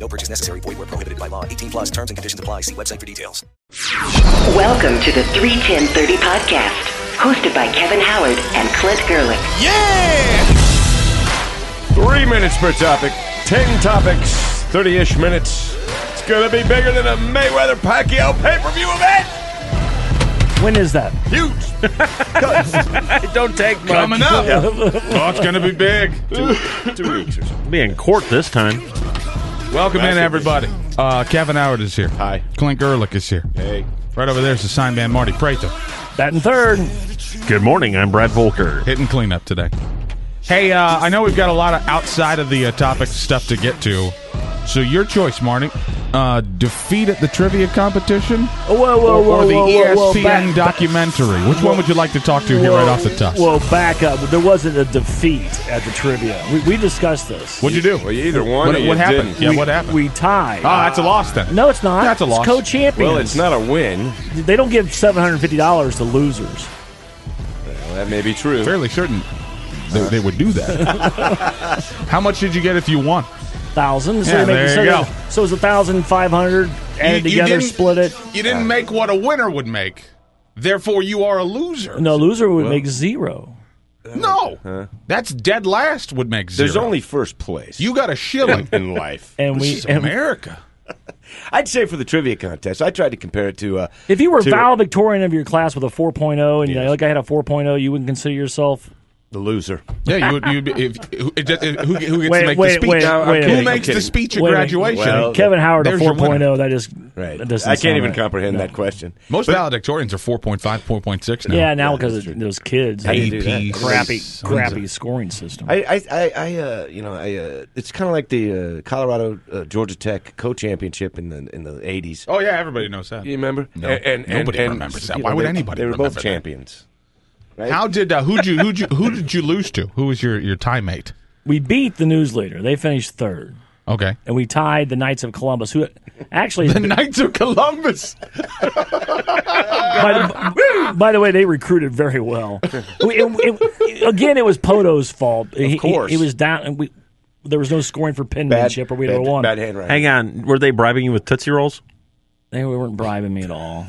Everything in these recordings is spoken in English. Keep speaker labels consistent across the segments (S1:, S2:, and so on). S1: No purchase necessary. Void where prohibited by law. 18 plus terms and conditions apply. See website for details.
S2: Welcome to the 31030 podcast, hosted by Kevin Howard and Clint Gerlick.
S3: Yeah! Three minutes per topic, 10 topics, 30 ish minutes. It's going to be bigger than a Mayweather Pacquiao pay per view event!
S4: When is that?
S3: Huge!
S4: It don't take much.
S3: Coming up! oh, it's going to be big.
S4: Two weeks or something. Be in court this time.
S5: Welcome in, everybody. Uh, Kevin Howard is here.
S3: Hi.
S5: Clint Gerlich is here.
S3: Hey.
S5: Right over there is the sign man, Marty Prater,
S4: That and third. Good morning. I'm Brad Volker.
S5: hitting cleanup today. Hey, uh, I know we've got a lot of outside of the uh, topic stuff to get to. So your choice, Marty. Uh, defeat at the trivia competition
S4: Whoa, whoa, whoa,
S5: or the
S4: whoa, whoa,
S5: ESPN
S4: whoa, back-
S5: documentary? Which one would you like to talk to here right off the top?
S4: Well, back up. There wasn't a defeat at the trivia. We, we discussed this.
S5: What'd you do?
S3: Well, you either won
S5: What,
S3: or you
S5: what happened?
S3: didn't.
S5: Yeah,
S4: we,
S5: what happened?
S4: We tied.
S5: Ah, that's a loss then.
S4: No, it's not.
S5: That's a loss.
S4: It's co-champions.
S3: Well, it's not a win.
S4: They don't give seven hundred fifty dollars to losers.
S3: Well, that may be true.
S5: Fairly certain they, they would do that. How much did you get if you won?
S4: Thousand. So
S5: Yeah,
S4: they make-
S5: there
S4: so
S5: you
S4: they-
S5: go.
S4: So it was a thousand five hundred added together,
S5: didn't-
S4: split it.
S5: You didn't make what a winner would make. Therefore, you are a loser.
S4: No, loser would make zero.
S5: No. that's dead last would make zero.
S3: There's only first place
S5: you got a shilling.
S3: in life.
S4: And
S5: this
S4: we
S5: is
S4: and
S5: America.
S3: I'd say for the trivia contest, I tried to compare it to. Uh,
S4: If you were
S3: to
S4: valedictorian of your class with a 4.0 and you know, like I had a 4.0, you wouldn't consider yourself.
S3: the loser.
S5: Yeah, you would. You'd be, if, who, it just- who, who gets
S4: Wait,
S5: to make
S4: wait,
S5: the speech?
S4: wait,
S3: No, I'm
S4: wait a
S3: kidding,
S5: who
S4: minute.
S3: I'm
S5: makes the
S3: kidding.
S5: speech at
S4: Wait a minute.
S5: graduation?
S3: Well,
S4: Kevin Howard a
S5: There's your
S4: 4.0. That is
S3: Right.
S4: That doesn't
S3: I
S4: sound
S3: can't even
S4: right.
S3: comprehend
S4: No.
S3: that question.
S5: Most valedictorians are 4.5, 4.6 now.
S4: Yeah, now because of those kids,
S3: How do you
S4: that
S3: do that?
S5: AP,
S4: crappy,
S5: sons of-
S4: crappy scoring system.
S3: I, I, I, I uh, you know, I, uh, it's kind of like the uh, Colorado uh, Georgia Tech co-championship in the in the eighties.
S5: Oh yeah, everybody knows that.
S3: You remember?
S5: No, nobody remembers that.
S3: you
S5: Why would
S3: they-
S5: anybody
S3: They were
S5: remember
S3: both
S5: that?
S3: champions.
S5: How did uh, who you who you who did you lose to? Who was your your tie mate?
S4: we beat the newsleader; they finished third,
S5: Okay,
S4: and we tied the Knights of Columbus, who actually,
S5: the Knights of Columbus.
S4: by, the, by the way, they recruited very well. We- it- it- again, it was Poto's fault. Of
S3: course.
S4: he, he was down, and we there was no scoring for penmanship, or we'd have
S3: bad,
S4: won.
S3: bad handwriting.
S6: Hang on, were they bribing you with Tootsie Rolls?
S4: They weren't bribing me at all.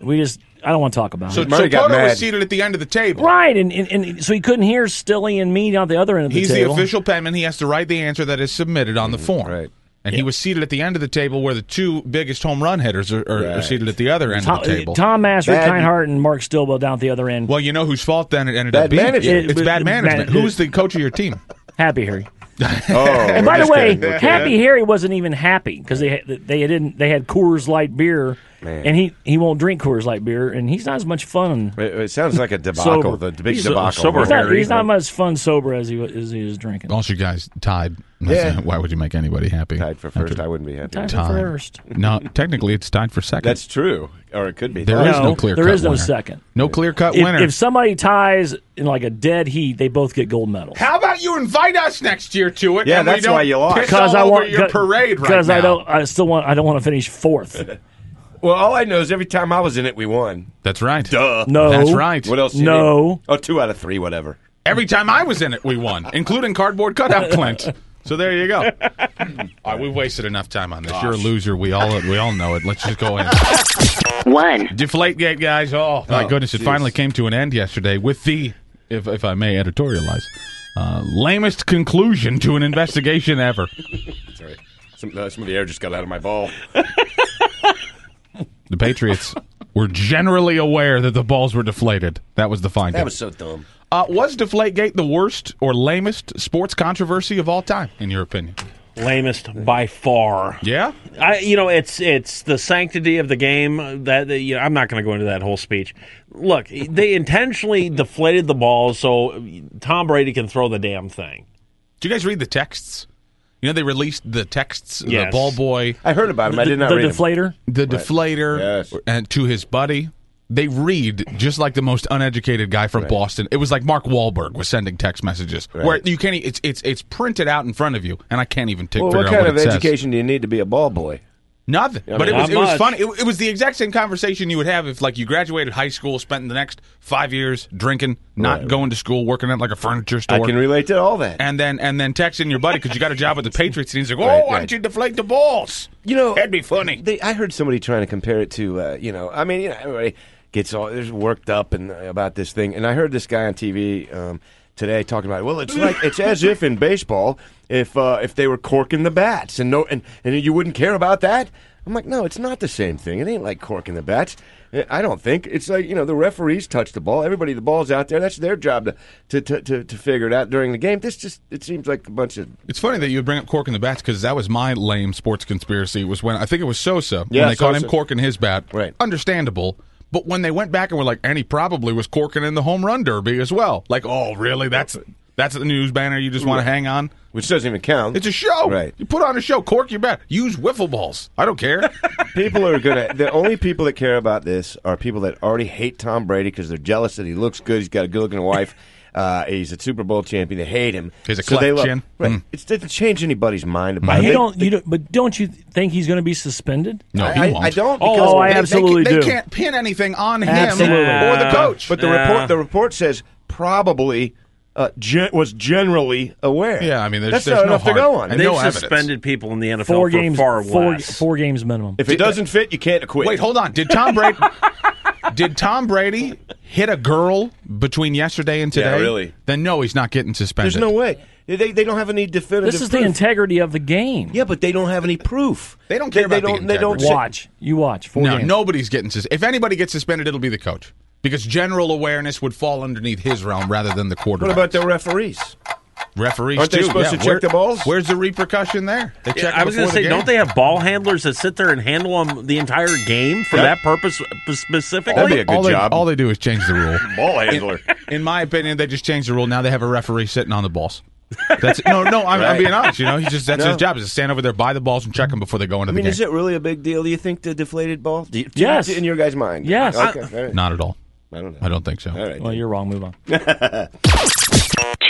S4: We just, I don't want to talk about
S5: So,
S4: it.
S5: so
S3: Murray got
S5: Toto was
S3: mad.
S5: seated at the end of the table.
S4: Right, and, and, and so he couldn't hear Stilly and me down at the other end of the
S5: He's
S4: table.
S5: the Mm, official penman. He has to write the answer that is submitted on the form.
S3: right.
S5: And he was seated at the end of the table where the two biggest home run hitters are, are, are
S3: Right.
S5: seated at the other end
S4: Tom, uh,
S5: of the table.
S4: Tom Mass, Rick
S3: Bad-
S4: Kinehart, and Mark Stilwell down at the other end.
S5: well, you know whose fault then it ended
S3: Bad
S5: up being.
S3: management.
S5: It's
S4: It-
S5: bad
S4: it-
S5: management.
S4: bad-
S5: Who's the coach of your team?
S4: Happy Harry.
S3: Oh,
S4: And by the way, Happy Harry wasn't even happy because they had, they didn't they had Coors Light beer, and he he won't drink Coors Light beer, and he's not as much fun.
S3: It, it sounds like a debacle.
S4: Sober.
S3: The, the big
S4: He's
S6: so-
S3: debacle.
S6: sober
S4: He's not,
S6: Harry.
S4: he's not much fun sober as he wa- as he is drinking.
S5: Also, you guys tied.
S3: Yeah.
S5: Why would you make anybody happy?
S3: Tied for first. I wouldn't be happy.
S4: Tied for
S5: Tied.
S4: first.
S5: No, technically it's tied for second.
S3: That's true, or it could be.
S5: There is no
S4: No,
S5: clear
S4: there
S5: cut
S4: is no
S5: winner.
S4: second.
S5: no clear cut
S4: If,
S5: winner.
S4: if somebody ties in like a dead heat, they both get gold medals.
S5: How about you invite us next year to it?
S3: Yeah,
S5: and we
S3: that's
S5: don't
S3: why you lost.
S5: piss
S4: Because
S5: all
S4: I
S5: over
S4: want
S5: your parade right
S4: Because I
S5: now.
S4: don't. I still want. I don't want to finish fourth.
S3: Well, all I know is every time I was in it, we won.
S5: That's right.
S3: Duh.
S4: No.
S5: That's right.
S3: What else? you
S4: No.
S3: need? Oh, two out of three. Whatever.
S5: Every time I was in it, we won, including cardboard cutout Clint. So there you go. All right, we've wasted enough time on this. You're a loser. We all we all know it. Let's just go in.
S2: One.
S5: Deflategate, guys. Oh my goodness, it finally came to an end yesterday with the, if if I may editorialize, uh, lamest conclusion to an investigation ever.
S3: Sorry. Some, uh, some of the air just got out of my ball.
S5: The Patriots were generally aware that the balls were deflated. That was the finding.
S3: That was so dumb.
S5: uh, was Deflategate the worst or lamest sports controversy of all time, in your opinion?
S6: Lamest by far.
S5: Yeah.
S6: I, you know, it's it's the sanctity of the game uh, that that, you know, I'm not going to go into that whole speech. Look, they intentionally deflated the ball so Tom Brady can throw the damn thing.
S5: Do you guys read the texts? You know, they released the texts, the
S6: Yes.
S5: ball boy,
S3: I heard about him. I did not
S4: the
S3: read him.
S4: deflator.
S5: the deflator,
S3: Yes.
S5: and to his buddy. They read just like the most uneducated guy from Boston. It was like Mark Wahlberg was sending text messages where you can't. e- It's it's it's printed out in front of you, and I can't even take.
S3: Well,
S5: figure
S3: what
S5: out
S3: kind
S5: what
S3: of
S5: it says.
S3: education do you need to be a ball boy?
S5: Nothing. but it
S6: not
S5: was it was
S6: much.
S5: funny. It, it was the exact same conversation you would have if like you graduated high school, spent the next five years drinking, not going to school, working at like a furniture
S3: I
S5: store.
S3: can relate to all that.
S5: and then and then texting your buddy because you got a job with the Patriots and he's like, "Oh,
S3: Right,
S5: why
S3: right.
S5: don't you deflate the balls?"
S3: You know,
S5: that'd be funny.
S3: They, I heard somebody trying to compare it to, uh, you know, I mean, you know, everybody gets all there's worked up and uh, about this thing, and I heard this guy on TV um, today talking about, well, it's like it's as if in baseball, if uh, if they were corking the bats, and no, and and you wouldn't care about that. I'm like, no, it's not the same thing. It ain't like corking the bats. I- I don't think it's like you know the referees touch the ball. Everybody, the ball's out there. That's their job to to to, to, to figure it out during the game. This just it seems like a bunch of
S5: It's funny that you bring up corking the bats because that was my lame sports conspiracy. Was when I think it was Sosa
S3: Yeah,
S5: when they caught him
S3: Sosa.
S5: corking his bat.
S3: Right.
S5: understandable. But when they went back and were like, and he probably was corking in the home run derby as well. Like, oh, really? That's that's the news banner you just want to hang on.
S3: which doesn't even count.
S5: It's a show.
S3: Right.
S5: You put on a show. Cork your bat. Use wiffle balls. I don't care.
S3: people are gonna. The only people that care about this are people that already hate Tom Brady because they're jealous that he looks good. He's got a good-looking wife. Uh, he's a Super Bowl champion. They hate him.
S5: He's a
S3: they
S5: clap
S3: love-
S5: chin.
S3: Right.
S5: Mm.
S3: It's, it doesn't change anybody's mind about
S4: You
S3: it.
S4: don't, you don't, but don't you think he's going to be suspended?
S5: no,
S3: I,
S5: he
S3: I-
S5: won't.
S3: I don't.
S4: Oh,
S3: Because
S4: oh, I
S3: they-
S4: absolutely
S5: they, they
S4: do.
S5: can't pin anything on
S4: Absolutely.
S5: him or the coach.
S3: But the report. The report says probably. Uh, gen- was generally aware.
S5: Yeah, I mean, there's-
S3: that's
S5: there's
S3: not
S5: no
S3: enough
S5: hard-
S3: to go on.
S5: and
S6: They've
S5: no evidence.
S6: suspended people in the NFL
S4: Four
S6: for
S4: games,
S6: far
S4: four,
S6: less.
S4: four games minimum.
S3: if it doesn't fit, you can't acquit.
S5: Wait, hold on. Did Tom Brady? did Tom Brady hit a girl between yesterday and today?
S3: Yeah, really.
S5: Then no, he's not getting suspended.
S3: There's no way. They, they don't have any definitive.
S4: this is the
S3: proof.
S4: integrity of the game.
S3: Yeah, but they don't have any proof.
S5: They don't care
S3: they,
S5: about the
S3: don't, They don't.
S5: integrity.
S3: say-
S4: Watch, you watch. Four
S5: No,
S4: games.
S5: nobody's getting suspended. If anybody gets suspended, it'll be the coach because general awareness would fall underneath his realm rather than the
S3: What
S5: quarterback.
S3: about the referees?
S5: referees?
S3: Aren't they
S5: too.
S3: supposed
S5: Yeah,
S3: to check the balls?
S5: Where's the repercussion there? They check.
S6: I was
S5: going
S6: going
S5: to
S6: to say, don't they have ball handlers that sit there and handle them the entire game for
S3: Yep.
S6: that purpose p- specifically?
S3: That'd be a good
S5: all they,
S3: job.
S5: all they do is change the rule.
S3: Ball handler.
S5: In my opinion, they just changed the rule. Now they have a referee sitting on the balls. That's no, no. I'm, I'm
S3: Right.
S5: being honest. You know, he just that's
S3: No.
S5: his job is to stand over there by the balls and check them before they go into
S3: I mean,
S5: the
S3: is
S5: game.
S3: it really a big deal? Do you think the deflated ball? Do you, do
S4: Yes.
S3: you- in your guy's mind.
S4: Yes.
S3: Okay. all right.
S5: Not at all.
S3: I don't know.
S5: I don't think so.
S3: All right.
S4: Well, you're wrong. Move on.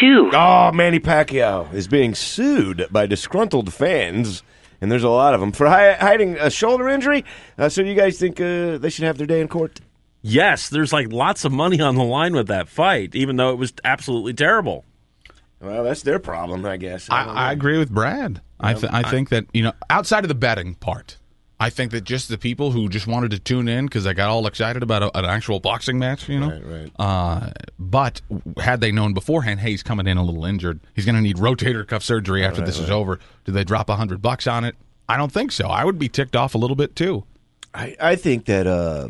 S2: Two.
S3: Oh, Manny Pacquiao is being sued by disgruntled fans, and there's a lot of them for hi- hiding a shoulder injury. Uh, so, you guys think uh, they should have their day in court?
S6: yes, there's like lots of money on the line with that fight, even though it was absolutely terrible.
S3: Well, that's their problem, I guess. don't know.
S5: I, I agree with Brad. I, th- I think that you know, outside of the betting part, I think that just the people who just wanted to tune in because I got all excited about a, an actual boxing match, you know.
S3: right.
S5: Uh, but w- had they known beforehand, hey, he's coming in a little injured. He's going to need rotator cuff surgery after this is over. Do they drop a hundred bucks on it? I don't think so. I would be ticked off a little bit too.
S3: I, I think that uh,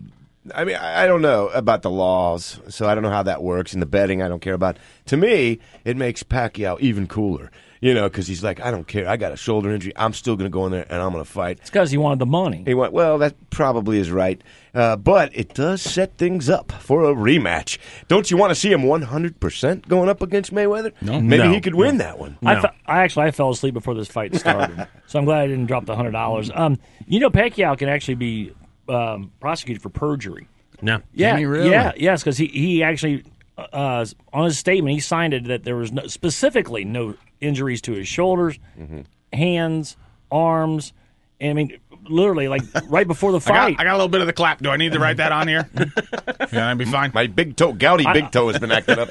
S3: I mean I I don't know about the laws, so I don't know how that works. And the betting, I don't care about. To me, it makes Pacquiao even cooler, you know, because he's like, I don't care. I got a shoulder injury. I'm still going to go in there and I'm going to fight.
S4: It's because he wanted the money.
S3: He went, well, that probably is right, uh, but it does set things up for a rematch. Don't you want to see him 100 percent going up against Mayweather? No, maybe
S6: No.
S3: he could win that one.
S4: I, fe- I actually I fell asleep before this fight started, so I'm glad I didn't drop the hundred dollars. Um, you know, Pacquiao can actually be um, prosecuted for perjury.
S6: No.
S4: Yeah,
S5: he really?
S4: yeah, yes, because he he actually uh, on his statement he signed it that there was no, specifically no injuries to his shoulders,
S5: Mm-hmm.
S4: hands, arms. And I mean, literally, like right before the
S5: I
S4: fight,
S5: got, I got a little bit of the clap. Do I need to write that on here? yeah, that'd be fine.
S3: My big toe, gouty big toe, has been acting up.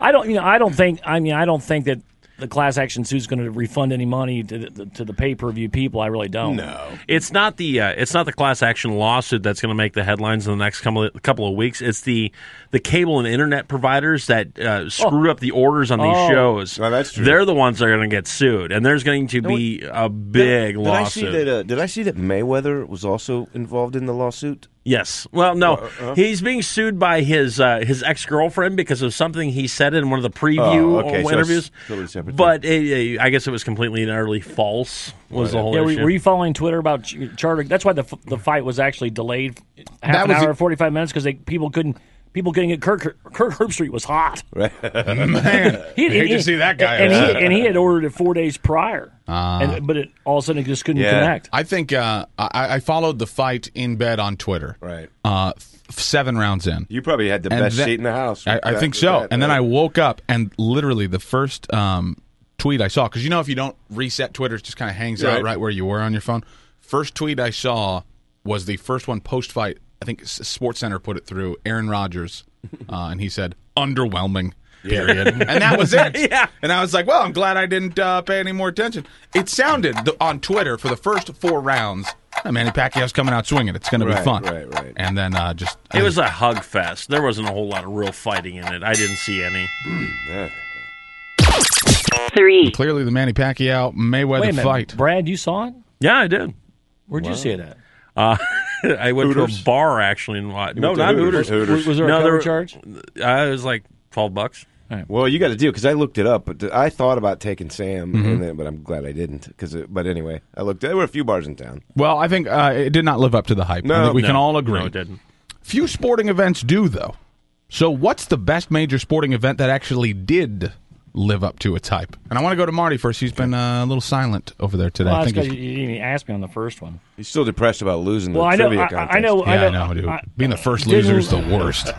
S4: I don't, you know, I don't think. I mean, I don't think that the class action suit's going to refund any money to the, to the pay per view people. I really don't. No,
S6: It's not the uh, it's not the class action lawsuit that's going to make the headlines in the next couple of, couple of weeks. It's the the cable and internet providers that uh, screw up the orders on these
S4: Oh.
S6: shows.
S3: Well, that's true.
S6: They're the ones that are going to get sued, and there's going to be a big
S3: did,
S6: lawsuit.
S3: I see that? Uh, did I see that Mayweather was also involved in the lawsuit?
S6: Yes. Well,
S3: Uh,
S6: no,
S3: uh-huh.
S6: he's being sued by his uh, his ex girlfriend because of something he said in one of the preview
S3: Oh, okay, so
S6: interviews.
S3: it's totally separate
S6: but it, it- I guess it was completely and utterly false. Was the whole
S4: yeah. Were,
S6: issue?
S4: were you following Twitter about Ch- Charter? That's why the f- the fight was actually delayed half
S5: That
S4: an
S5: was
S4: hour,
S5: the-
S4: forty five minutes, because people couldn't people getting it. Kurt, Kurt, Kurt Herbstreit was hot.
S5: Man,
S4: He,
S5: you hate to see that guy.
S4: And
S5: upset.
S4: he, and he had ordered it four days prior, and, but it, all of a sudden it just couldn't
S3: Yeah.
S4: connect.
S5: Ah. I think uh, I, I followed the fight in bed on Twitter.
S3: Right.
S5: Uh, f- seven rounds in.
S3: You probably had the
S5: And
S3: best
S5: then-
S3: seat in the house.
S5: I,
S3: with
S5: I
S3: that-
S5: think
S3: with
S5: so.
S3: that,
S5: and then
S3: right?
S5: I woke up and literally the first um, tweet I saw, because you know if you don't reset Twitter, it just kind of hangs out
S3: Right.
S5: right where you were on your phone. First tweet I saw was the first one post fight. I think S- Sports Center put it through. Aaron Rodgers, uh, and he said underwhelming. Period. and that was it.
S6: Yeah.
S5: And I was like, well, I'm glad I didn't uh, pay any more attention. It sounded th- on Twitter for the first four rounds. "Oh, Manny Pacquiao's coming out swinging. It's going to be
S3: Right,
S5: fun.
S3: right, right.
S5: And then uh, just
S6: It was a hug fest. There wasn't a whole lot of real fighting in it. I didn't see any.
S3: Yeah.
S2: Three.
S5: clearly the Manny Pacquiao
S4: Wait a
S5: Mayweather
S4: minute,
S5: fight.
S4: Brad, you saw it?
S6: Yeah, I did. Uh,
S4: Where'd you see it at?
S6: I went to
S3: Hooters?
S6: a bar actually and watched. No,
S3: went to
S6: not
S3: Hooters.
S6: Hooters.
S3: Hooters.
S4: Was, was there a
S6: No,
S4: cover
S6: there-
S4: charge?
S6: I was like twelve bucks.
S3: Well, you got a deal because I looked it up. But th- I thought about taking Sam,
S5: Mm-hmm.
S3: and then, but I'm glad I didn't. Cause it, but anyway, I looked. There were a few bars in town.
S5: Well, I think uh, it did not live up to the hype. I
S3: No.
S5: think we can
S6: No,
S5: all agree.
S6: No, it didn't.
S5: Few sporting events do, though. So, what's the best major sporting event that actually did live up to its hype? And I want to go to Marty first. He's been uh, a little silent over there today.
S4: Well,
S5: I
S4: that's
S5: think
S4: because
S5: he's-
S4: you, you didn't even ask me on the first one.
S3: He's still depressed about losing the
S4: Well, I know,
S3: trivia
S4: I,
S3: contest.
S4: I know,
S5: yeah,
S4: I
S5: I
S4: know,
S5: know, dude.
S4: I-
S5: Being the first
S4: didn't-
S5: loser is the worst.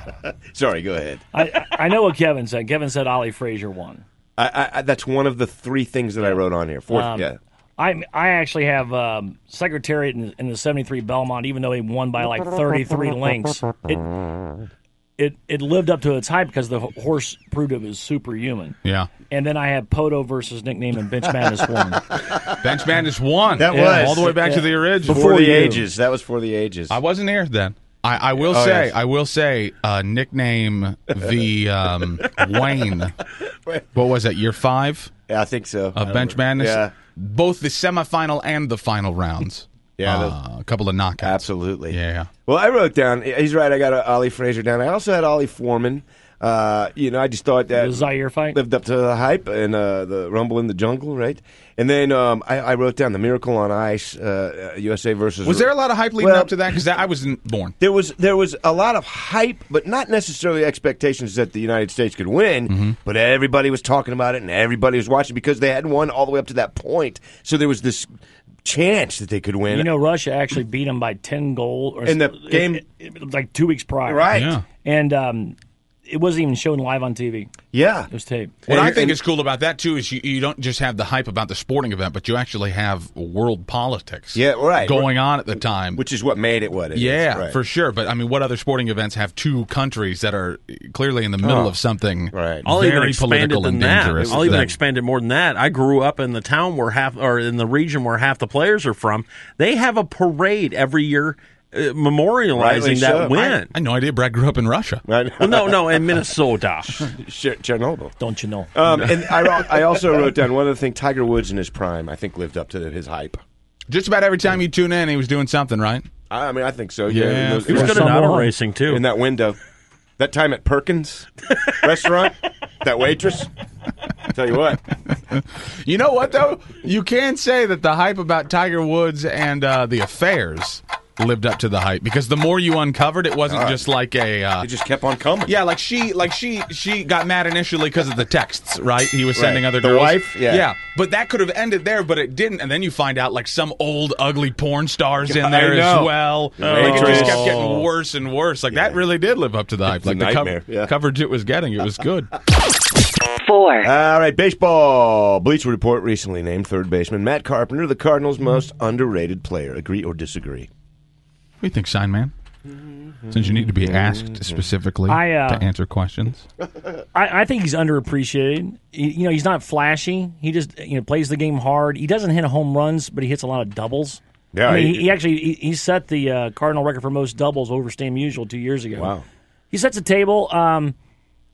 S3: Sorry, go ahead.
S4: I, I know what Kevin said. Kevin said Ollie Frazier won.
S3: I, I, I, that's one of the three things that I wrote on here. Fourth,
S4: Um,
S3: yeah.
S4: I I actually have um, Secretariat in, in the '73 Belmont, even though he won by like 33 lengths. It it it lived up to its hype because the h- horse proved it was superhuman.
S5: Yeah.
S4: And then I have Poto versus nickname and bench madness one.
S5: Bench Bandits won.
S3: That
S4: Yeah. was.
S5: All the way back to
S4: Yeah.
S5: the original.
S3: for the
S4: you.
S3: ages. That was for the ages.
S5: I wasn't here then. I, I will
S3: Oh,
S5: say,
S3: yes.
S5: I will say, uh, nickname the um, Wayne. What was that? Year five?
S3: yeah, I think so.
S5: of bench madness.
S3: Yeah.
S5: Both the semifinal and the final rounds.
S3: Yeah,
S5: Uh, a couple of knockouts.
S3: Absolutely.
S5: Yeah.
S3: Well, I wrote down. He's right. I got uh, Ollie Fraser down. I also had Ollie Foreman. Uh, you know, I just thought that
S4: The Zaire fight?
S3: lived up to the hype and uh, the Rumble in the Jungle, right? And then um, I, I wrote down the Miracle on Ice, uh, uh, USA versus.
S5: Was there a lot of hype leading
S3: Well-
S5: up to that? Because I wasn't born.
S3: There was there was a lot of hype, but not necessarily expectations that the United States could win.
S5: Mm-hmm.
S3: But everybody was talking about it, and everybody was watching because they hadn't won all the way up to that point. So there was this chance that they could win.
S4: you know, Russia actually beat him by 10 goal or
S3: In the
S4: it-
S3: game-
S4: it- it- like two weeks prior.
S3: right?
S5: Yeah.
S4: And um, it wasn't even shown live on TV.
S3: Yeah.
S4: It was taped.
S5: What
S3: And-
S5: I think
S3: and-
S5: is cool about that too is you, you don't just have the hype about the sporting event, but you actually have world politics.
S3: Yeah, right.
S5: Going on at the time.
S3: Which is what made it what it is.
S5: yeah,
S3: right.
S5: for sure. But I mean, what other sporting events have two countries that are clearly in the middle of something
S3: Oh, right.
S6: I'll even
S5: very
S6: expand it
S5: political
S6: than
S5: and
S6: that.
S5: dangerous?
S6: I'll even
S5: that-
S6: expand it more than that. I grew up in the town where half, or in the region where half the players are from. They have a parade every year uh,
S3: Rightly
S6: memorializing that
S3: so.
S6: win.
S5: I had no idea. Brad grew up in Russia.
S3: Right?
S6: well, no, no, in Minnesota.
S3: Ch- Chernobyl.
S4: Don't you know?
S3: Um, and I, wrote- I also wrote down one other thing. Tiger Woods in his prime, I think, lived up to his hype.
S5: Just about every time you tune in, he was doing something right.
S3: I, I mean, I think so.
S5: Yeah.
S3: in those-
S6: He was
S3: in
S6: good
S3: that-
S6: at auto
S4: Someone.
S6: racing too.
S3: in that window. That time at Perkins restaurant, that waitress. Tell you what,
S5: You know what though? You can say that the hype about Tiger Woods and uh, the affairs lived up to the hype because the more you uncovered, it wasn't just like a. Uh,
S3: it just kept on coming.
S5: yeah, like she, like she, she got mad initially because of the texts, right? He was sending
S3: Right.
S5: other
S3: The
S5: girls.
S3: wife? Yeah.
S5: yeah, but that could have ended there, but it didn't. And then you find out like some old ugly porn stars in
S3: I
S5: there as
S3: know. Oh,
S5: well. Like it just
S3: waitress.
S5: kept getting worse and worse. Like that really did live up to the hype.
S3: a
S5: Like the cover
S3: nightmare, yeah.
S5: coverage it was getting, it was good.
S2: Four.
S3: All right, baseball. Bleacher Report recently named third baseman Matt Carpenter the Cardinals' most underrated player. Agree or disagree?
S5: What do you think, Sign Man? Since you need to be asked specifically
S4: I, uh,
S5: to answer questions,
S4: I, I think he's underappreciated. He- you know, he's not flashy. He just you know plays the game hard. He doesn't hit home runs, but he hits a lot of doubles.
S3: Yeah,
S4: I mean, he,
S3: he-
S4: he actually he, he set the uh, Cardinal record for most doubles over Stan Musial two years ago.
S3: Wow.
S4: he sets a table, um,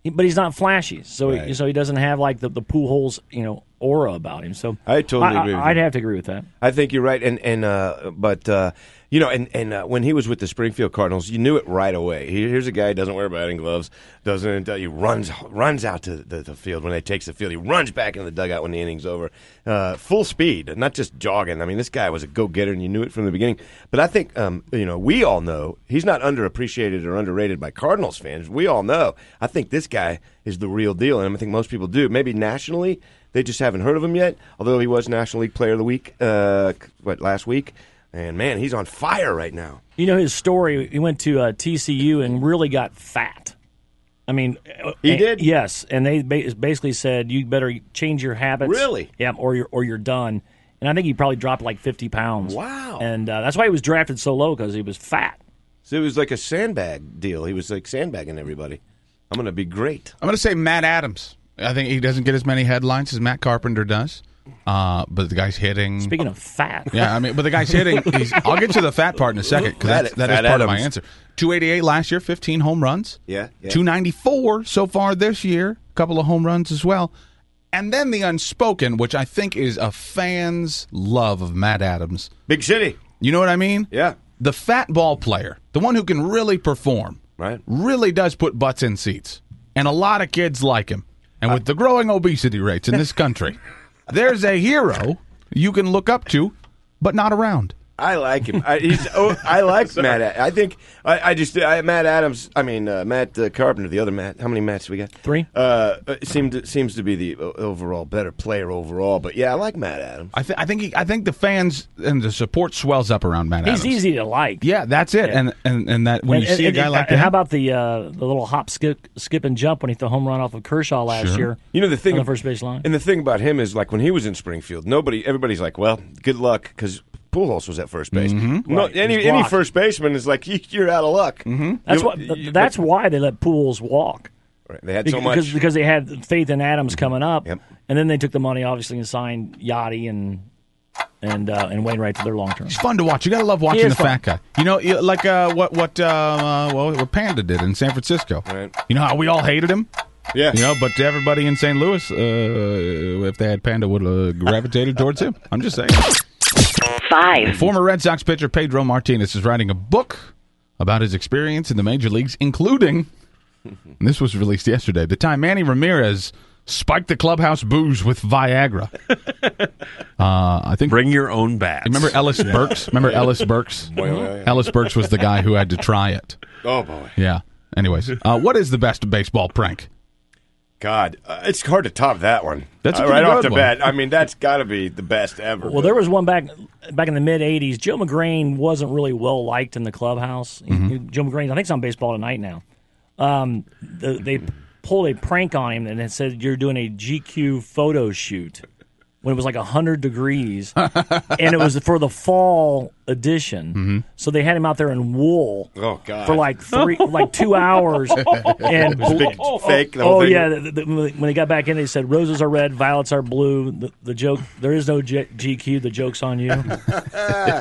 S4: he- but he's not flashy, so he,
S3: Right.
S4: so he doesn't have like the the pool holes you know aura about him. So
S3: I totally agree with you.
S4: I'd have to agree with that.
S3: I think you're right, and and uh, but uh, you You know, and and uh, when he was with the Springfield Cardinals, you knew it right away. Here- Here's a guy who doesn't wear batting gloves, doesn't he runs runs out to the, the field when they takes the field. He runs back into the dugout when the inning's over, uh, full speed, not just jogging. I mean, this guy was a go getter, and you knew it from the beginning. But I think um, you know we all know he's not underappreciated or underrated by Cardinals fans. We all know. I think this guy is the real deal, and I think most people do. Maybe nationally. They just haven't heard of him yet. Although he was National League Player of the Week, uh, c- what last week, and man, he's on fire right now.
S4: You know his story. He went to uh, TCU and really got fat. I mean, uh,
S3: He
S4: and-
S3: did?
S4: Yes, and they ba- basically said you better change your habits.
S3: Really?
S4: Yeah, or you're or you're done. And I think he probably dropped like fifty pounds.
S3: Wow.
S4: And uh, that's why he was drafted so low because he was fat.
S3: So it was like a sandbag deal. He was like sandbagging everybody. I'm going to be great.
S5: I'm going to say Matt Adams. I think he doesn't get as many headlines as Matt Carpenter does, uh, but the guy's hitting.
S4: Speaking of fat,
S5: yeah, I mean, but the guy's hitting. He's, I'll get to the fat part in a second because
S3: Fat-
S5: that is part
S3: Fat
S5: of my
S3: Adams.
S5: answer. 288 last year, 15 home runs.
S3: Yeah, yeah.
S5: 294 so far this year, a couple of home runs as well. And then the unspoken, which I think is a fan's love of Matt Adams.
S3: Big city.
S5: You know what I mean?
S3: Yeah.
S5: The fat ball player, the one who can really perform,
S3: Right.
S5: really does put butts in seats. And a lot of kids like him. And with the growing obesity rates in this country, there's a hero you can look up to, but not around.
S3: I like him. I, he's, oh, I like Matt. Ad- I think I, I just I, Matt Adams. I mean uh, Matt uh, Carpenter, the other Matt. How many Matts we got?
S4: Three.
S3: Uh, uh, seemed to, seems to be the o- overall better player overall. But yeah, I like Matt Adams.
S5: I, th- I think he, I think the fans and the support swells up around Matt
S4: he's
S5: Adams.
S4: easy to like.
S5: Yeah, that's it. And, and and that when
S4: And-
S5: you see
S4: and-
S5: a guy
S4: and-
S5: like
S4: and
S5: that,
S4: how about the uh, the little hop, skip, skip and jump when he hit the home run off of Kershaw last
S5: Sure.
S4: year?
S3: You know the thing
S4: on the first base line.
S3: and the thing about him is like when he was in Springfield, nobody, everybody's like, "Well, good luck," because Pujols was at first base. No,
S4: Mm-hmm. Right,
S3: any
S4: he's
S3: any
S4: blocked.
S3: first baseman is like, "You- "You're out of luck." Mm-hmm.
S4: that's why. That's why they let Pools walk.
S3: they had so
S4: because,
S3: much. Mm-hmm.
S4: because they had faith in Adams coming up,
S3: Yep.
S4: and then they took the money obviously and signed Yachty and and uh, and Wainwright to their long term.
S5: it's fun to watch. You got to love watching
S4: is
S5: the
S4: fun.
S5: fat guy. You know, you- like uh, what what uh, well, what Panda did in San Francisco.
S3: Right.
S5: You know how we all hated him.
S3: yeah,
S5: You know, but everybody in St. Louis, uh, if they had Panda, would have gravitated towards him. I'm just saying.
S2: Five.
S5: Former Red Sox pitcher Pedro Martinez is writing a book about his experience in the major leagues, including, and this was released yesterday, the time Manny Ramirez spiked the clubhouse booze with Viagra. Uh, I think.
S6: Bring your own bats.
S5: Remember Ellis Burks? Remember Ellis Burks? Ellis Burks was the guy who had to try it.
S3: Oh boy,
S5: Yeah. Anyways, uh, what is the best baseball prank?
S3: God, uh, it's hard to top that one.
S5: That's a
S3: Uh,
S5: pretty
S3: right off
S5: good
S3: the
S5: one.
S3: bat. I mean, that's got to be the best ever.
S4: Well, there was one back back in the mid '80s. Joe McGrain wasn't really well liked in the clubhouse. He-
S3: Mm-hmm.
S4: he- Joe McGrain, I think, it's on Baseball Tonight now. Um, the, they pulled a prank on him and it said you're doing a GQ photo shoot when it was like hundred degrees, and it was for the fall edition. So they had him out there in wool.
S3: Mm-hmm. oh God,
S4: for like three, like two hours, and
S3: big
S4: bl-
S3: fake. The whole
S4: oh
S3: thing.
S4: yeah, the, the, when they got back in, they said roses are red, violets are blue. The, the joke, there is no J- GQ. The joke's on you. A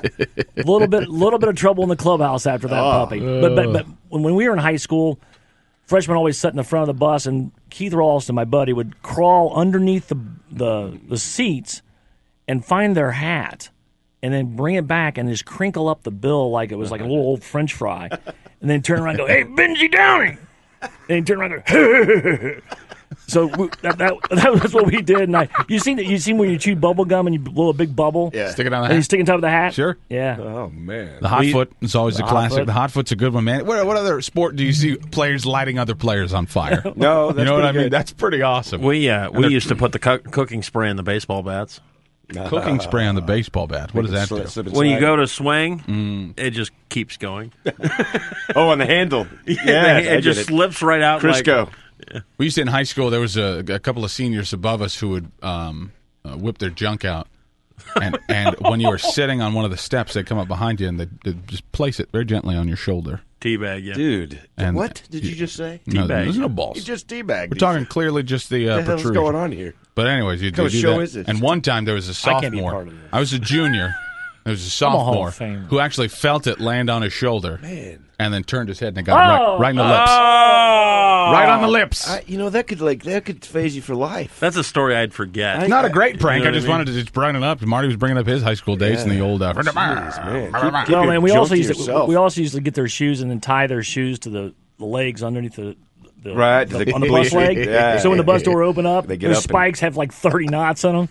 S4: little bit, little bit of trouble in the clubhouse after that
S3: Ah.
S4: puppy. But but but when, when we were in high school, freshmen always sat in the front of the bus, and Keith Ralston, my buddy, would crawl underneath the the, the seats and find their hat and then bring it back and just crinkle up the bill like it was like a little old french fry and then turn around and go, hey, Benji Downey. And he turn around and go, so we, that, that, that was what we did. And I, you seen that? You seen when you chew bubble gum and you blow a big bubble?
S3: Yeah.
S5: Stick it on the
S4: And you
S5: hat.
S4: stick it on top of the hat?
S5: Sure.
S4: Yeah.
S3: Oh man,
S5: The hot foot is always a
S4: hot
S5: classic.
S4: foot.
S5: The hot foot's a good one, man. What, what other sport do you see players lighting other players on fire?
S3: No, that's
S5: you know
S3: pretty
S5: what I mean.
S3: good.
S5: That's pretty awesome.
S6: We uh, we used to put the cu- cooking spray in the baseball bats.
S5: Cooking spray on the baseball bat. What does that do?
S6: When you go to swing,
S3: Mm.
S6: it just keeps going.
S3: oh, on the handle, yeah,
S6: it just slips right out. like-
S3: Crisco.
S5: We used to in high school. There was a, a couple of seniors above us who would um, uh, whip their junk out, and and when you were sitting on one of the steps, they'd come up behind you and they'd, they'd just place it very gently on your shoulder.
S6: teabag, yeah.
S3: Dude,
S5: And-
S3: what did you just say?
S5: No,
S6: Teabag.
S5: there's no balls.
S3: You just teabagged.
S5: We're talking clearly just the uh,
S3: What the hell's
S5: protrusion.
S3: going on here?
S5: But anyways, you
S3: What
S5: do
S3: show
S5: that.
S3: is this?
S5: And one time there was a
S4: I can't be
S5: sophomore.
S4: part of this.
S5: I was a junior, It was a
S4: a Hall
S5: sophomore
S4: of Famer.
S5: who actually felt it land on his shoulder and then turned his head and it got
S4: Oh.
S5: right, right in the lips.
S6: Oh!
S5: Right on the lips.
S3: Oh. I, you know that could like that could phase you for life.
S6: That's a story I'd forget.
S5: It's not a great prank.
S6: You know
S5: I
S6: what
S5: just
S6: I mean?
S5: wanted to just bring it up. Marty was bringing up his high school days and the old. Uh,
S3: man. Keep- keep
S4: Well,
S3: your
S4: man, we
S3: junk
S4: also
S3: to
S4: used to,
S3: yourself.
S4: we also used to get their shoes and then tie their shoes to the, the legs underneath the. The,
S3: Right,
S4: the-
S3: the
S4: on the bus
S3: complete-
S4: leg.
S3: yeah.
S4: So when the bus door open up,
S3: They
S4: their
S3: get up and-
S4: spikes have like thirty knots on them.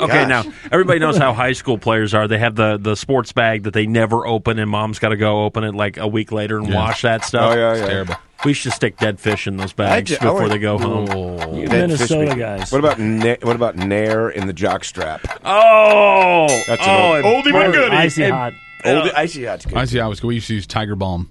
S6: Okay,
S3: Gosh.
S6: now everybody knows how high school players are. They have the, the sports bag that they never open, and mom's got to go open it like a week later and wash that stuff.
S3: Oh yeah, yeah.
S5: terrible.
S6: We should stick dead fish in those bags
S3: ju- I
S6: before
S3: wanna-
S6: they go home.
S3: That
S4: Minnesota
S3: fish me-
S4: guys.
S3: What about na- what about Nair in the jock strap?
S6: Oh,
S3: That's an
S6: oh,
S3: old-
S6: and
S3: oldie but
S6: Bert-
S3: goodie.
S4: Icy
S6: and-
S4: hot.
S3: Old Oh, icy hot's good.
S5: I see. I was. We used to use Tiger Balm.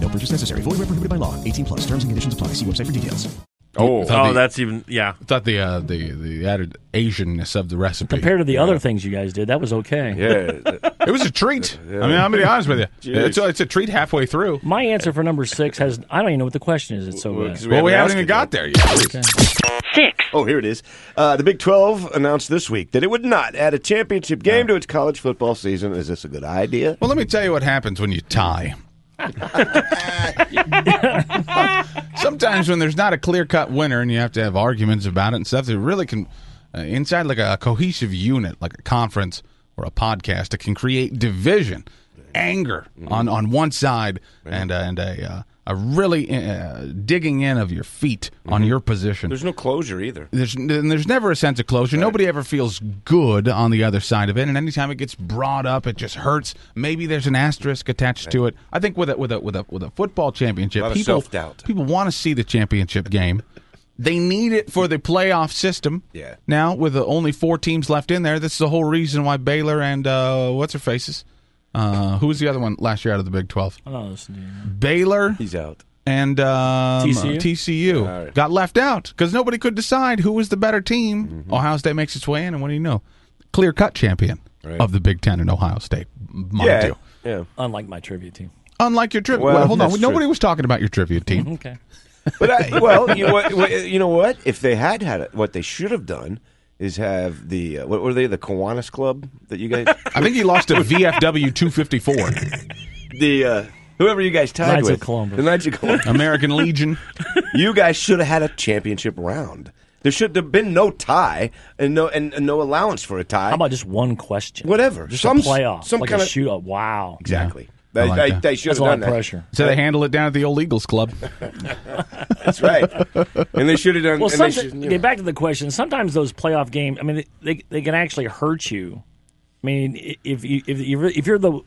S7: No purchase necessary. Void where prohibited by law. 18 plus. Terms and conditions apply. See website for details.
S3: Oh,
S6: Oh,
S5: the-
S6: that's even yeah.
S5: Thought the uh, the the added Asianness of the recipe.
S4: Compared to the other things you guys did, that was okay.
S3: yeah.
S5: it was a treat. I mean, I'm gonna be honest with you. It's a, it's a treat halfway through.
S4: My answer for number six has I don't even know what the question is. It's so bad.
S3: 'cause
S5: well, we haven't
S3: asked
S5: even
S3: it yet.
S5: got there yet.
S2: Six.
S3: Oh, here it is. Uh, the Big 12 announced this week that it would not add a championship game to its college football season. Is this a good idea?
S5: Well, let me tell you what happens when you tie. Sometimes when there's not a clear cut winner and you have to have arguments about it and stuff, it really can, uh, inside like a cohesive unit, like a conference or a podcast, it can create division, anger on, on one side, and uh, and a uh, a really uh, digging in of your feet on your position
S3: There's no closure either.
S5: there's and there's never a sense of closure. Nobody ever feels good on the other side of it, and anytime it gets brought up, it just hurts. Maybe there's an asterisk attached to it. I think with a with a with a with a football championship,
S3: A lot of
S5: people
S3: self-doubt.
S5: people want to see the championship game. They need it for the playoff system.
S3: Yeah.
S5: Now with the only four teams left in there, this is the whole reason why Baylor and uh, what's her faces, uh, who was the other one last year out of the Big Twelve?
S4: Oh, this dude.
S5: Baylor
S3: He's out.
S5: and um,
S4: TCU?
S5: uh, TCU got left out because nobody could decide who was the better team.
S3: Mm-hmm.
S5: Ohio State makes its way in, and what do you know? Clear cut champion
S3: Right.
S5: of the Big Ten and Ohio State, mind
S3: Yeah.
S5: you.
S3: Yeah.
S4: unlike my trivia team.
S5: Unlike your trivia.
S3: Well,
S5: Well, hold on.
S3: that's
S5: Nobody
S3: true.
S5: was talking about your trivia team.
S4: Okay.
S3: But I, well, you know what, what- you know what? If they had had it, what they should have done is have the uh, what were they? The Kiwanis Club that you guys,
S5: I think he lost to VFW 254,
S3: the uh, whoever you guys tied
S4: Knights of
S3: with,
S4: Columbus.
S3: the Knights of Columbus.
S5: American Legion.
S3: you guys should have had a championship round. There should have been no tie and no and, and no allowance for a tie.
S4: How about just one question?
S3: Whatever.
S4: Just
S3: Some
S4: a
S3: s-
S4: playoff.
S3: some
S4: like
S3: kinda-
S4: a shootout. Wow.
S3: exactly?
S5: Yeah. I
S3: They,
S5: like
S3: they-
S5: that.
S3: they should
S4: That's a
S3: have
S4: lot
S3: done
S4: of
S3: that.
S4: pressure.
S5: So they handle it down at the old Eagles Club.
S3: That's right. and they should have done.
S4: Well,
S3: and they
S4: some,
S3: should, you know.
S4: get back to the question. Sometimes those playoff games, I mean, they, they, they can actually hurt you. I mean, i- if you if you're, if you're the